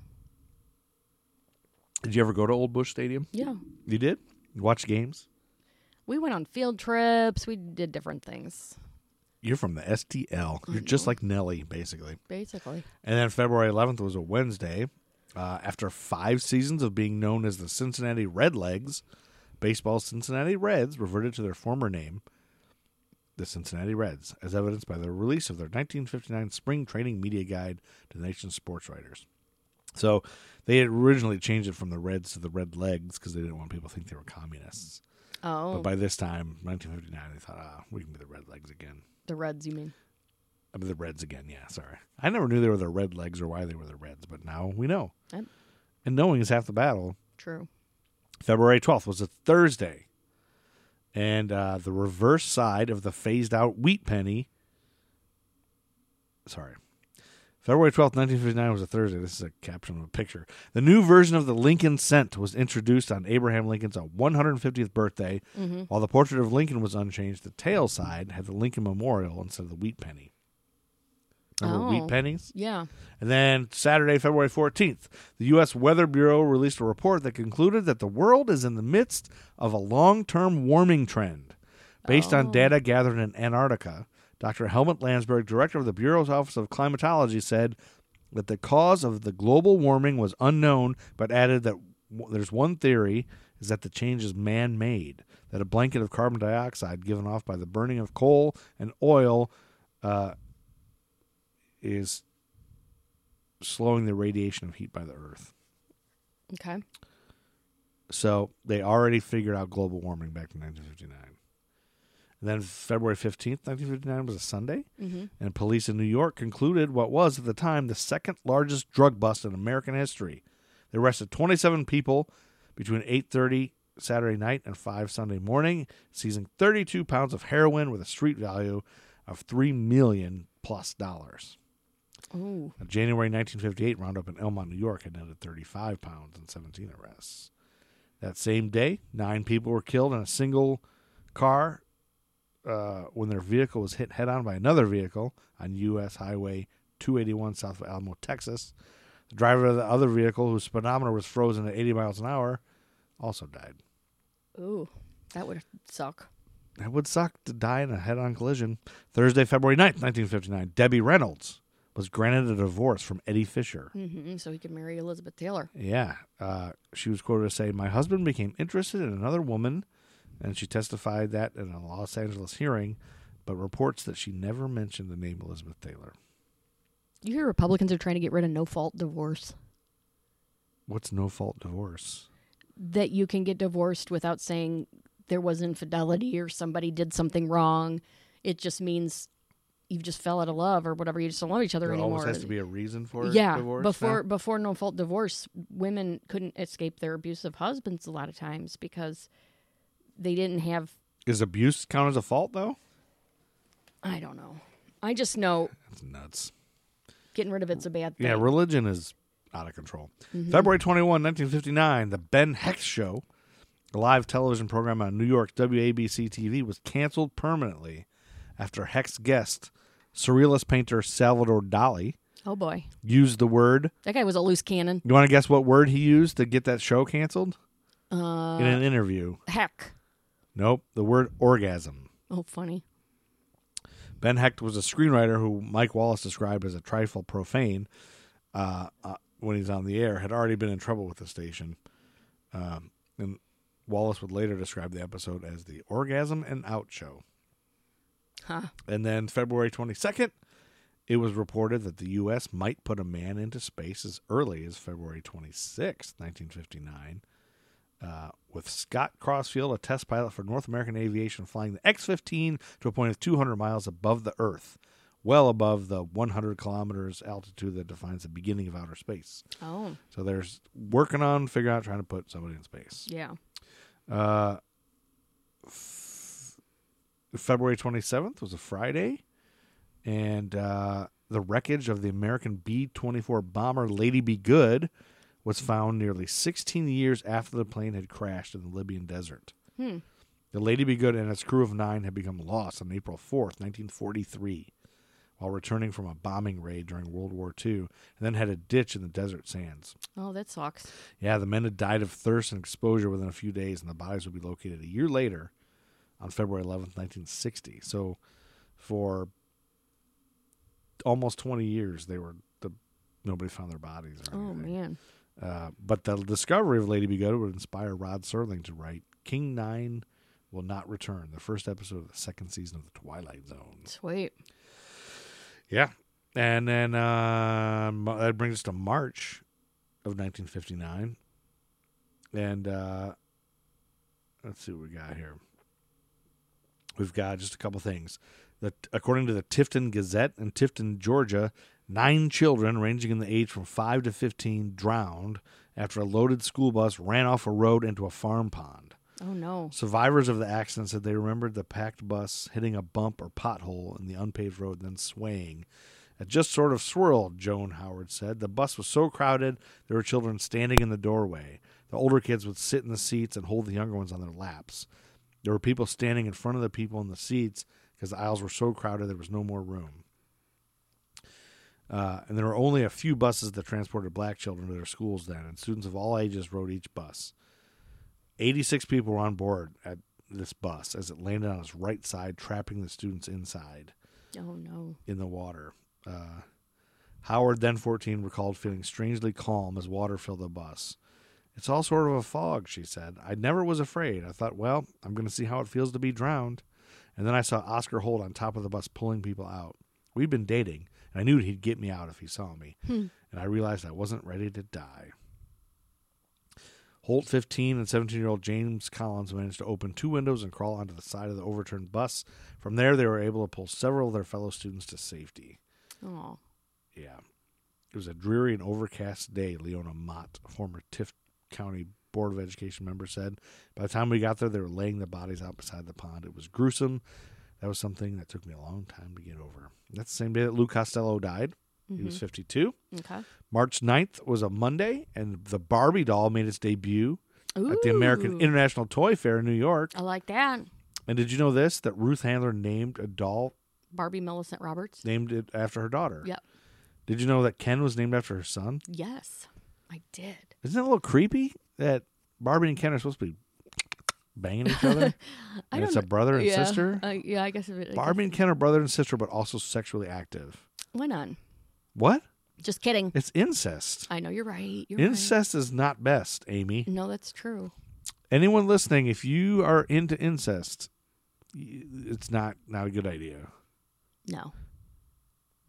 Speaker 4: Did you ever go to Old Bush Stadium?
Speaker 3: Yeah.
Speaker 4: You did? You watch games?
Speaker 3: We went on field trips. We did different things,
Speaker 4: You're from the STL. You're just like Nelly, basically.
Speaker 3: basically.
Speaker 4: And then February 11th was a Wednesday. Uh, after five seasons of being known as the Cincinnati Redlegs, baseball's Cincinnati Reds reverted to their former name, the Cincinnati Reds, as evidenced by the release of their 1959 spring training media guide to the nation's sports writers. So they had originally changed it from the Reds to the Red Legs because they didn't want people to think they were communists.
Speaker 3: Oh,
Speaker 4: But by this time, 1959, they thought, ah, we can be the Red Legs again.
Speaker 3: the Reds, you mean?
Speaker 4: I mean, the Reds again. Yeah, sorry. I never knew they were the Red Legs or why they were the Reds, but now we know.
Speaker 3: Yep.
Speaker 4: And knowing is half the battle.
Speaker 3: True.
Speaker 4: February 12th was a Thursday. And uh, the reverse side of the phased out wheat penny. Sorry. February 12th, 1959 was a Thursday. This is a caption of a picture. The new version of the Lincoln cent was introduced on Abraham Lincoln's uh, 150th birthday. While the portrait of Lincoln was unchanged, the tail side had the Lincoln Memorial instead of the wheat penny. Remember
Speaker 3: Oh.
Speaker 4: wheat pennies?
Speaker 3: Yeah.
Speaker 4: And then Saturday, February 14th, the U.S. Weather Bureau released a report that concluded that the world is in the midst of a long term warming trend. Based on data gathered in Antarctica, Dr. Helmut Landsberg, director of the Bureau's Office of Climatology, said that the cause of the global warming was unknown, but added that w- there's one theory is that the change is man made, that a blanket of carbon dioxide given off by the burning of coal and oil uh, is slowing the radiation of heat by the earth.
Speaker 3: Okay.
Speaker 4: So they already figured out global warming back in 1959. And then February 15th, 1959 was a Sunday, and police in New York concluded what was at the time the second largest drug bust in American history. They arrested 27 people between 8:30 Saturday night and 5 Sunday morning, seizing 32 pounds of heroin with a street value of 3 million plus dollars.
Speaker 3: Ooh.
Speaker 4: A January 1958 roundup in Elmont, New York had netted 35 pounds and 17 arrests. That same day, nine people were killed in a single car uh, when their vehicle was hit head on by another vehicle on U.S. Highway 281 south of Alamo, Texas. The driver of the other vehicle, whose speedometer was frozen at 80 miles an hour, also died.
Speaker 3: Ooh. That would suck.
Speaker 4: That would suck to die in a head on collision. Thursday, February 9th, 1959, Debbie Reynolds was granted a divorce from Eddie Fisher.
Speaker 3: hmm So he could marry Elizabeth Taylor.
Speaker 4: Yeah. Uh, she was quoted as saying, My husband became interested in another woman, and she testified that in a Los Angeles hearing, but reports that she never mentioned the name Elizabeth Taylor.
Speaker 3: You hear Republicans are trying to get rid of no fault divorce.
Speaker 4: What's no fault divorce?
Speaker 3: That you can get divorced without saying there was infidelity or somebody did something wrong. It just means you just fell out of love or whatever. You just don't love each other
Speaker 4: There
Speaker 3: anymore.
Speaker 4: always has to be a reason for
Speaker 3: yeah
Speaker 4: divorce.
Speaker 3: before
Speaker 4: now?
Speaker 3: before no fault divorce women couldn't escape their abusive husbands a lot of times because they didn't have
Speaker 4: Is abuse count as a fault, though?
Speaker 3: i don't know i just know
Speaker 4: That's nuts.
Speaker 3: getting rid of it's a bad thing
Speaker 4: Yeah, religion is out of control. February 21, 1959, The Ben Hex Show, a live television program on New York's WABC TV, was canceled permanently after Hex guest, surrealist painter Salvador Dali,
Speaker 3: oh boy
Speaker 4: used the word.
Speaker 3: that guy was a loose cannon
Speaker 4: You want to guess what word he used to get that show canceled? Uh, In an interview.
Speaker 3: heck
Speaker 4: Nope, the word orgasm.
Speaker 3: oh funny
Speaker 4: Ben Hecht was a screenwriter who Mike Wallace described as a trifle profane uh, uh, when he's on the air, had already been in trouble with the station. Um, and Wallace would later describe the episode as the orgasm and out show.
Speaker 3: huh
Speaker 4: And then February 22nd, it was reported that the U.S. might put a man into space as early as February 26th, 1959. uh, with Scott Crossfield, a test pilot for North American Aviation, flying the X 15 to a point of 200 miles above the Earth, well above the 100 kilometers altitude that defines the beginning of outer space.
Speaker 3: Oh,
Speaker 4: So there's working on figuring out trying to put somebody in space.
Speaker 3: yeah.
Speaker 4: Uh, f- February 27th was a Friday, and uh, the wreckage of the American B 24 bomber Lady Be Good was found nearly 16 years after the plane had crashed in the Libyan desert.
Speaker 3: Hmm.
Speaker 4: The Lady Be Good and its crew of nine had become lost on April 4th, 1943, while returning from a bombing raid during World War II, and then had a ditch in the desert sands.
Speaker 3: Oh, that sucks.
Speaker 4: Yeah, the men had died of thirst and exposure within a few days, and the bodies would be located a year later on February 11th, 1960. So for almost 20 years, they were the nobody found their bodies. Or
Speaker 3: Oh
Speaker 4: anything.
Speaker 3: man.
Speaker 4: Uh, but the discovery of Lady Be Good would inspire Rod Serling to write King Nine Will Not Return, the first episode of the second season of The Twilight Zone.
Speaker 3: Sweet.
Speaker 4: Yeah. And then uh, Mar- that brings us to March of 1959. And uh, let's see what we got here. We've got just a couple things. The, according to the Tifton Gazette in Tifton, Georgia, nine children ranging in the age from 5 to 15 drowned after a loaded school bus ran off a road into a farm pond.
Speaker 3: Oh no.
Speaker 4: Survivors of the accident said they remembered the packed bus hitting a bump or pothole in the unpaved road, then swaying. It just sort of swirled, Joan Howard said. The bus was so crowded, there were children standing in the doorway. The older kids would sit in the seats and hold the younger ones on their laps. There were people standing in front of the people in the seats because the aisles were so crowded there was no more room. Uh, and there were only a few buses that transported black children to their schools then, and students of all ages rode each bus. 86 people were on board at this bus as it landed on its right side, trapping the students inside
Speaker 3: Oh no.
Speaker 4: in the water. Uh, Howard, then 14, recalled feeling strangely calm as water filled the bus. It's all sort of a fog, she said. I never was afraid. I thought, well, I'm going to see how it feels to be drowned. And then I saw Oscar Holt on top of the bus pulling people out. We'd been dating, and I knew he'd get me out if he saw me. And I realized I wasn't ready to die. Holt, 15, and 17 year old James Collins managed to open two windows and crawl onto the side of the overturned bus. From there, they were able to pull several of their fellow students to safety.
Speaker 3: Oh.
Speaker 4: Yeah. It was a dreary and overcast day, Leona Mott, a former Tift County Board of Education member, said. By the time we got there, they were laying the bodies out beside the pond. It was gruesome. That was something that took me a long time to get over. That's the same day that Lou Costello died. He was 52.
Speaker 3: Okay.
Speaker 4: March 9th was a Monday, and the Barbie doll made its debut at the American
Speaker 3: Ooh.
Speaker 4: International Toy Fair in New York.
Speaker 3: I like that.
Speaker 4: And did you know this? That Ruth Handler named a doll,
Speaker 3: Barbie Millicent Roberts.
Speaker 4: named it after her daughter.
Speaker 3: Yep.
Speaker 4: Did you know that Ken was named after her son?
Speaker 3: Yes. I did.
Speaker 4: Isn't it a little creepy that Barbie and Ken are supposed to be banging each other?
Speaker 3: I
Speaker 4: and it's a
Speaker 3: don't-
Speaker 4: brother and
Speaker 3: yeah.
Speaker 4: sister?
Speaker 3: Uh, yeah, I guess if it.
Speaker 4: Barbie and Ken are brother and sister, but also sexually active.
Speaker 3: Why not?
Speaker 4: What?
Speaker 3: Just kidding.
Speaker 4: It's incest.
Speaker 3: I know you're right. You're
Speaker 4: Incest is not best, Amy.
Speaker 3: Right. No, that's true.
Speaker 4: Anyone listening, if you are into incest, y- it's not not a good idea.
Speaker 3: No.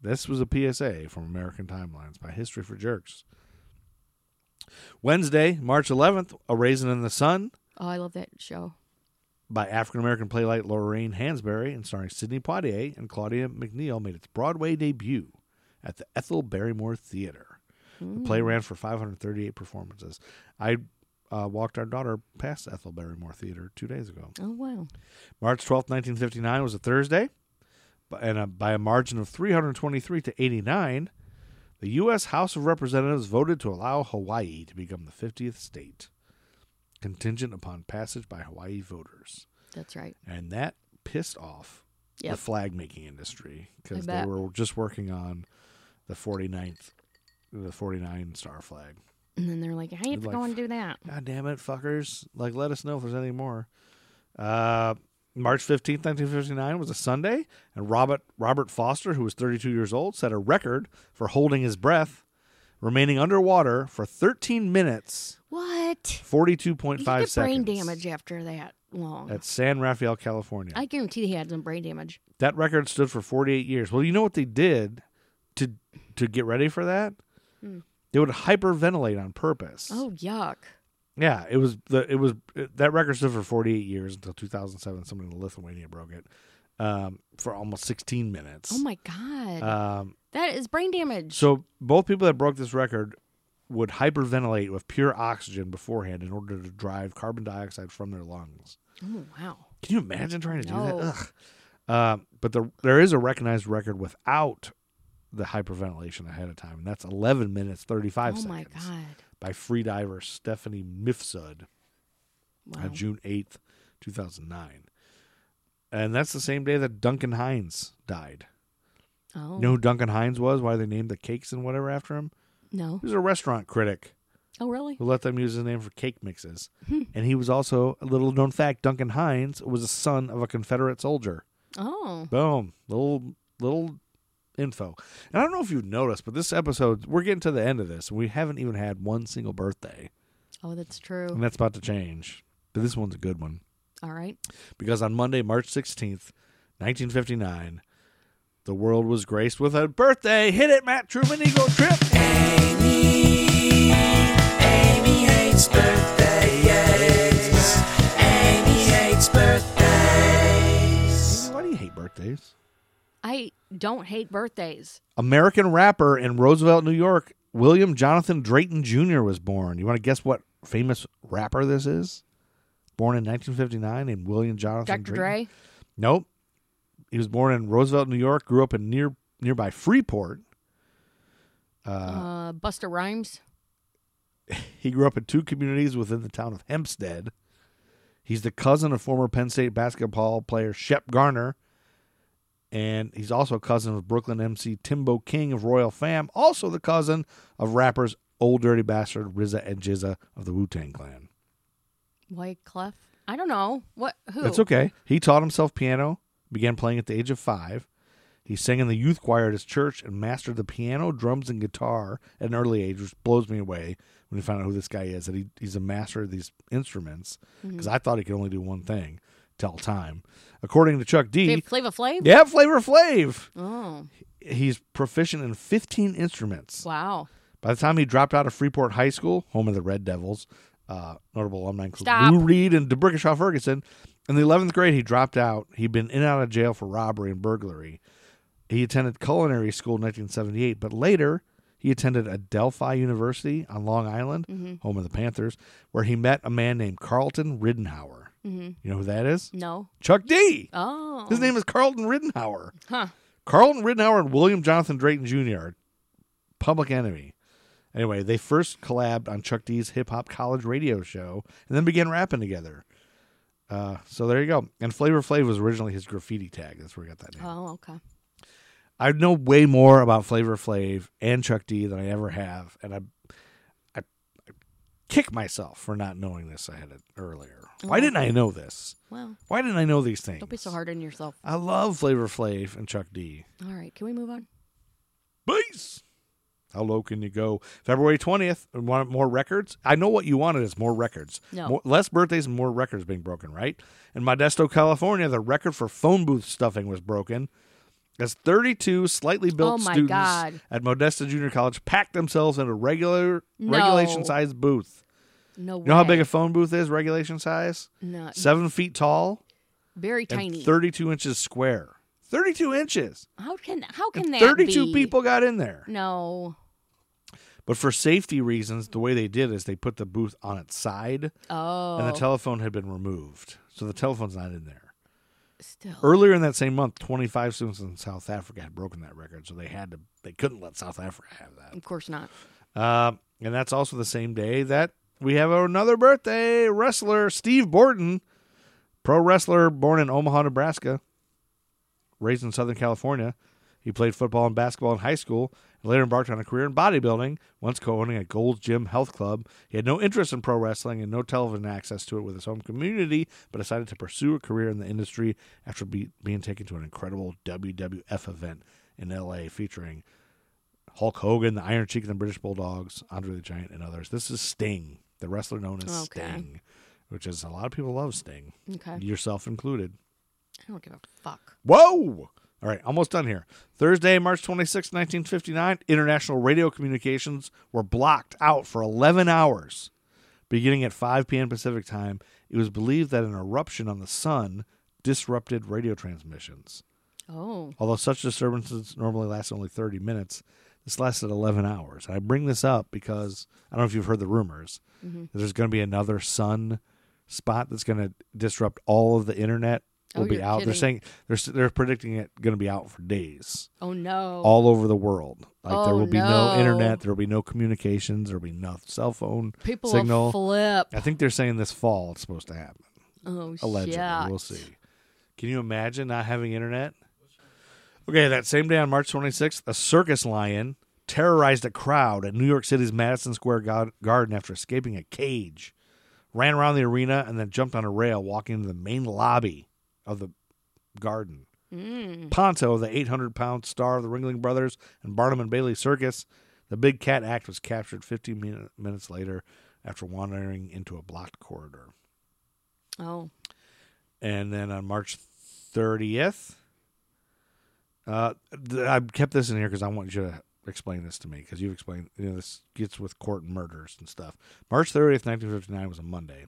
Speaker 4: This was a PSA from American Timelines by History for Jerks. Wednesday, March 11th, A Raisin in the Sun
Speaker 3: Oh, I love that show.
Speaker 4: by African American playwright Lorraine Hansberry and starring Sidney Poitier and Claudia McNeil made its Broadway debut at the Ethel Barrymore Theater. The play ran for 538 performances. I uh, walked our daughter past Ethel Barrymore Theater two days ago.
Speaker 3: Oh wow.
Speaker 4: March 12th, 1959 was a Thursday, bu- and uh, by a margin of 323 to 89, the U.S. House of Representatives voted to allow Hawaii to become the 50th state, contingent upon passage by Hawaii voters.
Speaker 3: That's right.
Speaker 4: And that pissed off the
Speaker 3: Yep.
Speaker 4: flag making industry because they
Speaker 3: bet.
Speaker 4: were just working on the 49th, the 49 star flag.
Speaker 3: And then they're like, I ain't
Speaker 4: Like-
Speaker 3: going to do that.
Speaker 4: God damn it, fuckers. Like, let us know if there's any more. Uh, March 15th, 1959 was a Sunday, and Robert Robert Foster, who was 32 years old, set a record for holding his breath, remaining underwater for 13 minutes,
Speaker 3: What? You
Speaker 4: 42.5
Speaker 3: could get
Speaker 4: seconds.
Speaker 3: brain damage after that long.
Speaker 4: At San Rafael, California.
Speaker 3: I guarantee he had some brain damage.
Speaker 4: that record stood for 48 years. Well, you know what they did to
Speaker 3: Hmm.
Speaker 4: to get ready for that? They would hyperventilate on purpose.
Speaker 3: Oh yuck.
Speaker 4: Yeah, it was the it was it, that record stood for 48 years until 2007. Somebody in Lithuania broke it um, for almost 16 minutes.
Speaker 3: Oh my god,
Speaker 4: Um,
Speaker 3: that is brain damage.
Speaker 4: so both people that broke this record would hyperventilate with pure oxygen beforehand in order to drive carbon dioxide from their lungs.
Speaker 3: oh wow.
Speaker 4: Can you imagine trying to do
Speaker 3: No.
Speaker 4: that? Ugh. Uh, but the, there is a recognized record without the hyperventilation ahead of time, and that's 11 minutes 35
Speaker 3: oh
Speaker 4: seconds
Speaker 3: my god.
Speaker 4: by freediver Stephanie Mifsud
Speaker 3: Wow.
Speaker 4: on June 8th, 2009. And that's the same day that Duncan Hines died.
Speaker 3: oh
Speaker 4: You know who Duncan Hines was? Why they named the cakes and whatever after him?
Speaker 3: no.
Speaker 4: He was a restaurant critic
Speaker 3: Oh really?
Speaker 4: who let them use his name for cake mixes. and he was also, a little known fact, Duncan Hines was a son of a Confederate soldier.
Speaker 3: Oh
Speaker 4: Boom. Little little info. And I don't know if you've noticed, but this episode, we're getting to the end of this, and we haven't even had one single birthday.
Speaker 3: oh that's true.
Speaker 4: And that's about to change. But this one's a good one.
Speaker 3: All right.
Speaker 4: Because on Monday, March 16th, 1959, the world was graced with a birthday. Hit it, Matt Truman Eagle Trip.
Speaker 2: Amy hates birthdays. Amy hates birthdays.
Speaker 4: Why do you hate birthdays?
Speaker 3: I don't hate birthdays.
Speaker 4: American rapper in Roosevelt, New York, William Jonathan Drayton Jr. was born. You want to guess what famous rapper this is? Born in 1959 and William Jonathan
Speaker 3: Dr.
Speaker 4: Drayton-
Speaker 3: Dre.
Speaker 4: Nope. He was born in Roosevelt, New York, grew up in near nearby Freeport.
Speaker 3: Uh, Busta Rhymes.
Speaker 4: He grew up in two communities within the town of Hempstead. He's the cousin of former Penn State basketball player Shep Garner. And he's also a cousin of Brooklyn MC Timbo King of Royal Fam, also the cousin of rappers Old Dirty Bastard, RZA, and Jizza of the Wu Tang Clan.
Speaker 3: White Clef. I don't know what who.
Speaker 4: That's okay. He taught himself piano, began playing at the age of five. He sang in the youth choir at his church and mastered the piano, drums, and guitar at an early age, which blows me away when you find out who this guy is. That he, he's a master of these instruments
Speaker 3: Mm-hmm.
Speaker 4: because I thought he could only do one thing tell time. According to Chuck D.
Speaker 3: Flavor Flav.
Speaker 4: yeah, Flavor Flav.
Speaker 3: Oh
Speaker 4: He's proficient in 15 instruments.
Speaker 3: wow.
Speaker 4: By the time he dropped out of Freeport High School, home of the Red Devils, uh, notable alumni include
Speaker 3: Stop.
Speaker 4: Lou Reed and DeBrickishaw Ferguson. In the 11th grade, he dropped out. He'd been in and out of jail for robbery and burglary. He attended culinary school in 1978, but later he attended Adelphi University on Long Island, home of the Panthers, where he met a man named Carlton Riddenhauer. You know who that is?
Speaker 3: No.
Speaker 4: Chuck D.
Speaker 3: Oh.
Speaker 4: His name is Carlton Riddenhauer.
Speaker 3: Huh.
Speaker 4: Carlton Riddenhauer and William Jonathan Drayton Jr. are public enemy. Anyway, they first collabed on Chuck D's hip hop college radio show and then began rapping together. Uh, so there you go. And Flavor Flav was originally his graffiti tag. That's where he got that name.
Speaker 3: Oh okay.
Speaker 4: I know way more about Flavor Flav and Chuck D than I ever have, and I, I, I kick myself for not knowing this ahead of earlier. Why didn't I know this?
Speaker 3: Well,
Speaker 4: Why didn't I know these things?
Speaker 3: don't be so hard on yourself.
Speaker 4: I love Flavor Flav and Chuck D.
Speaker 3: All right. Can we move on?
Speaker 4: Peace. How low can you go? February 20th. Want more records? I know what you wanted is more records.
Speaker 3: No.
Speaker 4: More, less birthdays and more records being broken, right? In Modesto, California, the record for phone booth stuffing was broken as 32 slightly built
Speaker 3: Oh my
Speaker 4: students
Speaker 3: God.
Speaker 4: at Modesto Junior College packed themselves into regular
Speaker 3: No.
Speaker 4: regulation size booth.
Speaker 3: No.
Speaker 4: You know how big a phone booth is, regulation size?
Speaker 3: No.
Speaker 4: Seven feet tall
Speaker 3: Very
Speaker 4: and
Speaker 3: Uh, tiny.
Speaker 4: 32 inches square. 32 inches.
Speaker 3: how can how can that
Speaker 4: 32
Speaker 3: be?
Speaker 4: people got in there.
Speaker 3: No.
Speaker 4: But for safety reasons, the way they did is they put the booth on its side,
Speaker 3: Oh.
Speaker 4: and the telephone had been removed, so the telephone's not in there.
Speaker 3: Still.
Speaker 4: Earlier in that same month, 25 students in South Africa had broken that record, so they had to they couldn't let South Africa have that.
Speaker 3: Of course not.
Speaker 4: Um, and that's also the same day that we have another birthday wrestler, Steve Borden, pro wrestler born in Omaha, Nebraska, raised in Southern California. He played football and basketball in high school and later embarked on a career in bodybuilding, once co owning a Gold's Gym Health Club. He had no interest in pro wrestling and no television access to it with his home community, but decided to pursue a career in the industry after be- being taken to an incredible WWF event in LA featuring Hulk Hogan, the Iron Cheek, and the British Bulldogs, Andre the Giant, and others. This is Sting, the wrestler known as
Speaker 3: Okay.
Speaker 4: Sting, which is a lot of people love Sting,
Speaker 3: Okay.
Speaker 4: yourself included.
Speaker 3: I don't give a fuck.
Speaker 4: Whoa! All right, almost done here. Thursday, March 26, 1959, international radio communications were blocked out for 11 hours Beginning at 5 p.m. Pacific time, it was believed that an eruption on the sun disrupted radio transmissions.
Speaker 3: Oh,
Speaker 4: Although such disturbances normally last only 30 minutes, this lasted 11 hours. And I bring this up because I don't know if you've heard the rumors.
Speaker 3: Mm-hmm.
Speaker 4: that There's going to be another sun spot that's going to disrupt all of the internet.
Speaker 3: Oh,
Speaker 4: Will be
Speaker 3: you're
Speaker 4: out. They're
Speaker 3: kidding.
Speaker 4: saying they're s- they're predicting it going to be out for days,
Speaker 3: oh no.
Speaker 4: all over the world. Like there
Speaker 3: Oh,
Speaker 4: will be no,
Speaker 3: no.
Speaker 4: internet, there will be no communications, there will be no cell phone
Speaker 3: People will
Speaker 4: signal.
Speaker 3: flip.
Speaker 4: I think they're saying this fall it's supposed to happen.
Speaker 3: Oh,
Speaker 4: Allegedly,
Speaker 3: shucks.
Speaker 4: we'll see. Can you imagine not having internet? Okay, that same day on March 26th, a circus lion terrorized a crowd at New York City's Madison Square Gar- Garden after escaping a cage, ran around the arena, and then jumped on a rail, walking into the main lobby of the garden.
Speaker 3: Mm.
Speaker 4: Ponto, the 800 pound star of the Ringling Brothers and Barnum and Bailey Circus, the big cat act was captured 15 min- minutes later after wandering into a blocked corridor.
Speaker 3: Oh,
Speaker 4: And then on March 30th, uh, th- I kept this in here because I want you to explain this to me because you've explained, you know, this gets with court and murders and stuff. March 30th, 1959 was a Monday.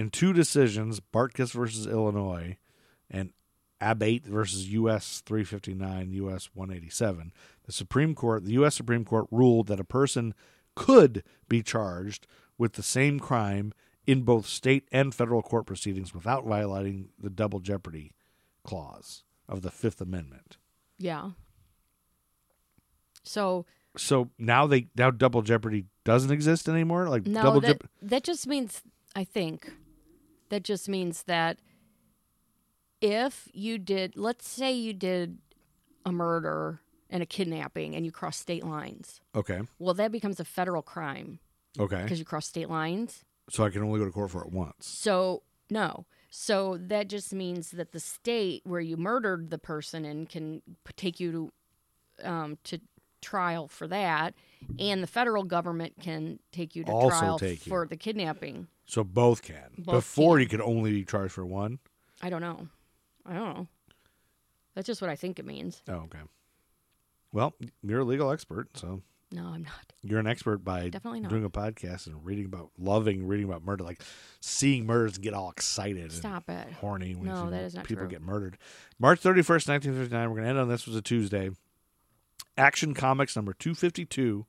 Speaker 4: In two decisions, Bartkus versus Illinois and Abate versus U.S. 359, U.S. 187, the Supreme Court, the U.S. Supreme Court ruled that a person could be charged with the same crime in both state and federal court proceedings without violating the double jeopardy clause of the Fifth Amendment.
Speaker 3: yeah. So
Speaker 4: So now they now double jeopardy doesn't exist anymore. Like
Speaker 3: no,
Speaker 4: double
Speaker 3: that
Speaker 4: jeop-
Speaker 3: that just means I think that just means that if you did, let's say you did a murder and a kidnapping and you cross state lines,
Speaker 4: Okay,
Speaker 3: well, that becomes a federal crime
Speaker 4: okay.
Speaker 3: because you cross state lines.
Speaker 4: So I can only go to court for it once.
Speaker 3: So, no. So that just means that the state where you murdered the person and can p- take you to um, to trial for that, and the federal government can take you to
Speaker 4: Also
Speaker 3: trial
Speaker 4: take you.
Speaker 3: for the kidnapping.
Speaker 4: So both can.
Speaker 3: Both
Speaker 4: Before you could only be charged for one.
Speaker 3: I don't know. I don't know. That's just what I think it means.
Speaker 4: Oh, okay. Well, you're a legal expert, so
Speaker 3: No, I'm not.
Speaker 4: you're an expert by
Speaker 3: Definitely not.
Speaker 4: doing a podcast and reading about loving reading about murder, like seeing murders and get all excited. and
Speaker 3: Stop it.
Speaker 4: Horny when you
Speaker 3: No,
Speaker 4: see
Speaker 3: that is not
Speaker 4: people
Speaker 3: true.
Speaker 4: get murdered. March 31st, 1959. We're going to end on this was a Tuesday. Action Comics number 252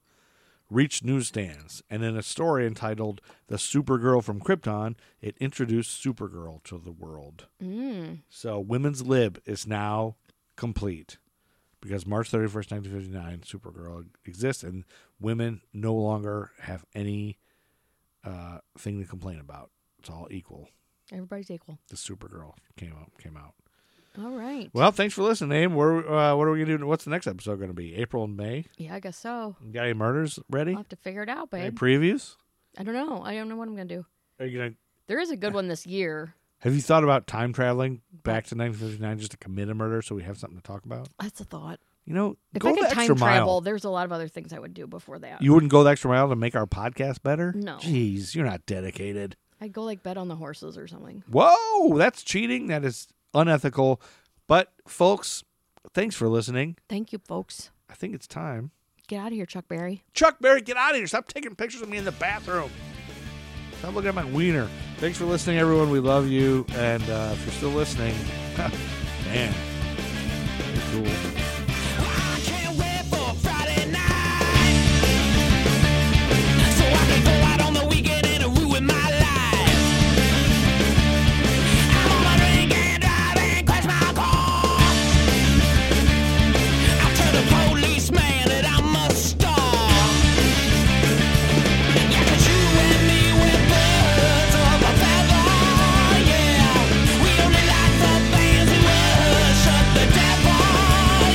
Speaker 4: reached newsstands, and in a story entitled "The Supergirl from Krypton," it introduced Supergirl to the world.
Speaker 3: Mm.
Speaker 4: So women's lib is now complete because March 31st, 1959, Supergirl exists and women no longer have any uh, thing to complain about. It's all equal.
Speaker 3: Everybody's equal.
Speaker 4: The Supergirl came out. Came out.
Speaker 3: All right.
Speaker 4: Well, thanks for listening, Abe. Where, uh, what are we going to do? What's the next episode going to be? April and May?
Speaker 3: Yeah, I guess so.
Speaker 4: You got any murders ready?
Speaker 3: I'll have to figure it out,
Speaker 4: Any
Speaker 3: babe.
Speaker 4: previews?
Speaker 3: I don't know. I don't know what I'm going to do.
Speaker 4: Are you gonna,
Speaker 3: There is a good one this year.
Speaker 4: have you thought about time traveling back to 1959 just to commit a murder so we have something to talk about?
Speaker 3: That's a thought.
Speaker 4: You know,
Speaker 3: If
Speaker 4: go
Speaker 3: I
Speaker 4: the
Speaker 3: could
Speaker 4: extra
Speaker 3: time
Speaker 4: mile.
Speaker 3: travel, there's a lot of other things I would do before that.
Speaker 4: You wouldn't go the extra mile to make our podcast better?
Speaker 3: No.
Speaker 4: Jeez, you're not dedicated.
Speaker 3: I'd go like bet on the horses or something.
Speaker 4: Whoa, that's cheating. That is unethical. But, folks, thanks for listening.
Speaker 3: Thank you, folks.
Speaker 4: I think it's time.
Speaker 3: Get out of here, Chuck Berry.
Speaker 4: Chuck Berry, get out of here. Stop taking pictures of me in the bathroom. Stop looking at my wiener. Thanks for listening, everyone. We love you. And uh, if you're still listening, man, you're cool.
Speaker 2: I can't wait for Friday night, so I can go out on the weekend and ruin my life. I wanna drink and drive and crash my car. I tell the policeman that I'm a star. Yeah, 'cause you and me were birds of a feather. Yeah, we only like the things we worship the devil.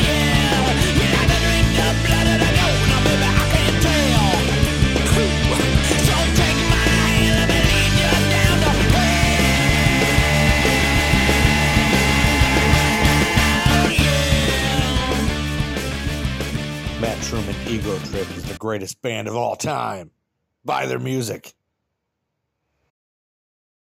Speaker 2: Yeah, you like to drink the blood of the goat. Now, baby, I can't tell. So take my hand, let me lead you down the path. Yeah.
Speaker 4: Matt Truman Ego Trip is the greatest band of all time. Buy their music.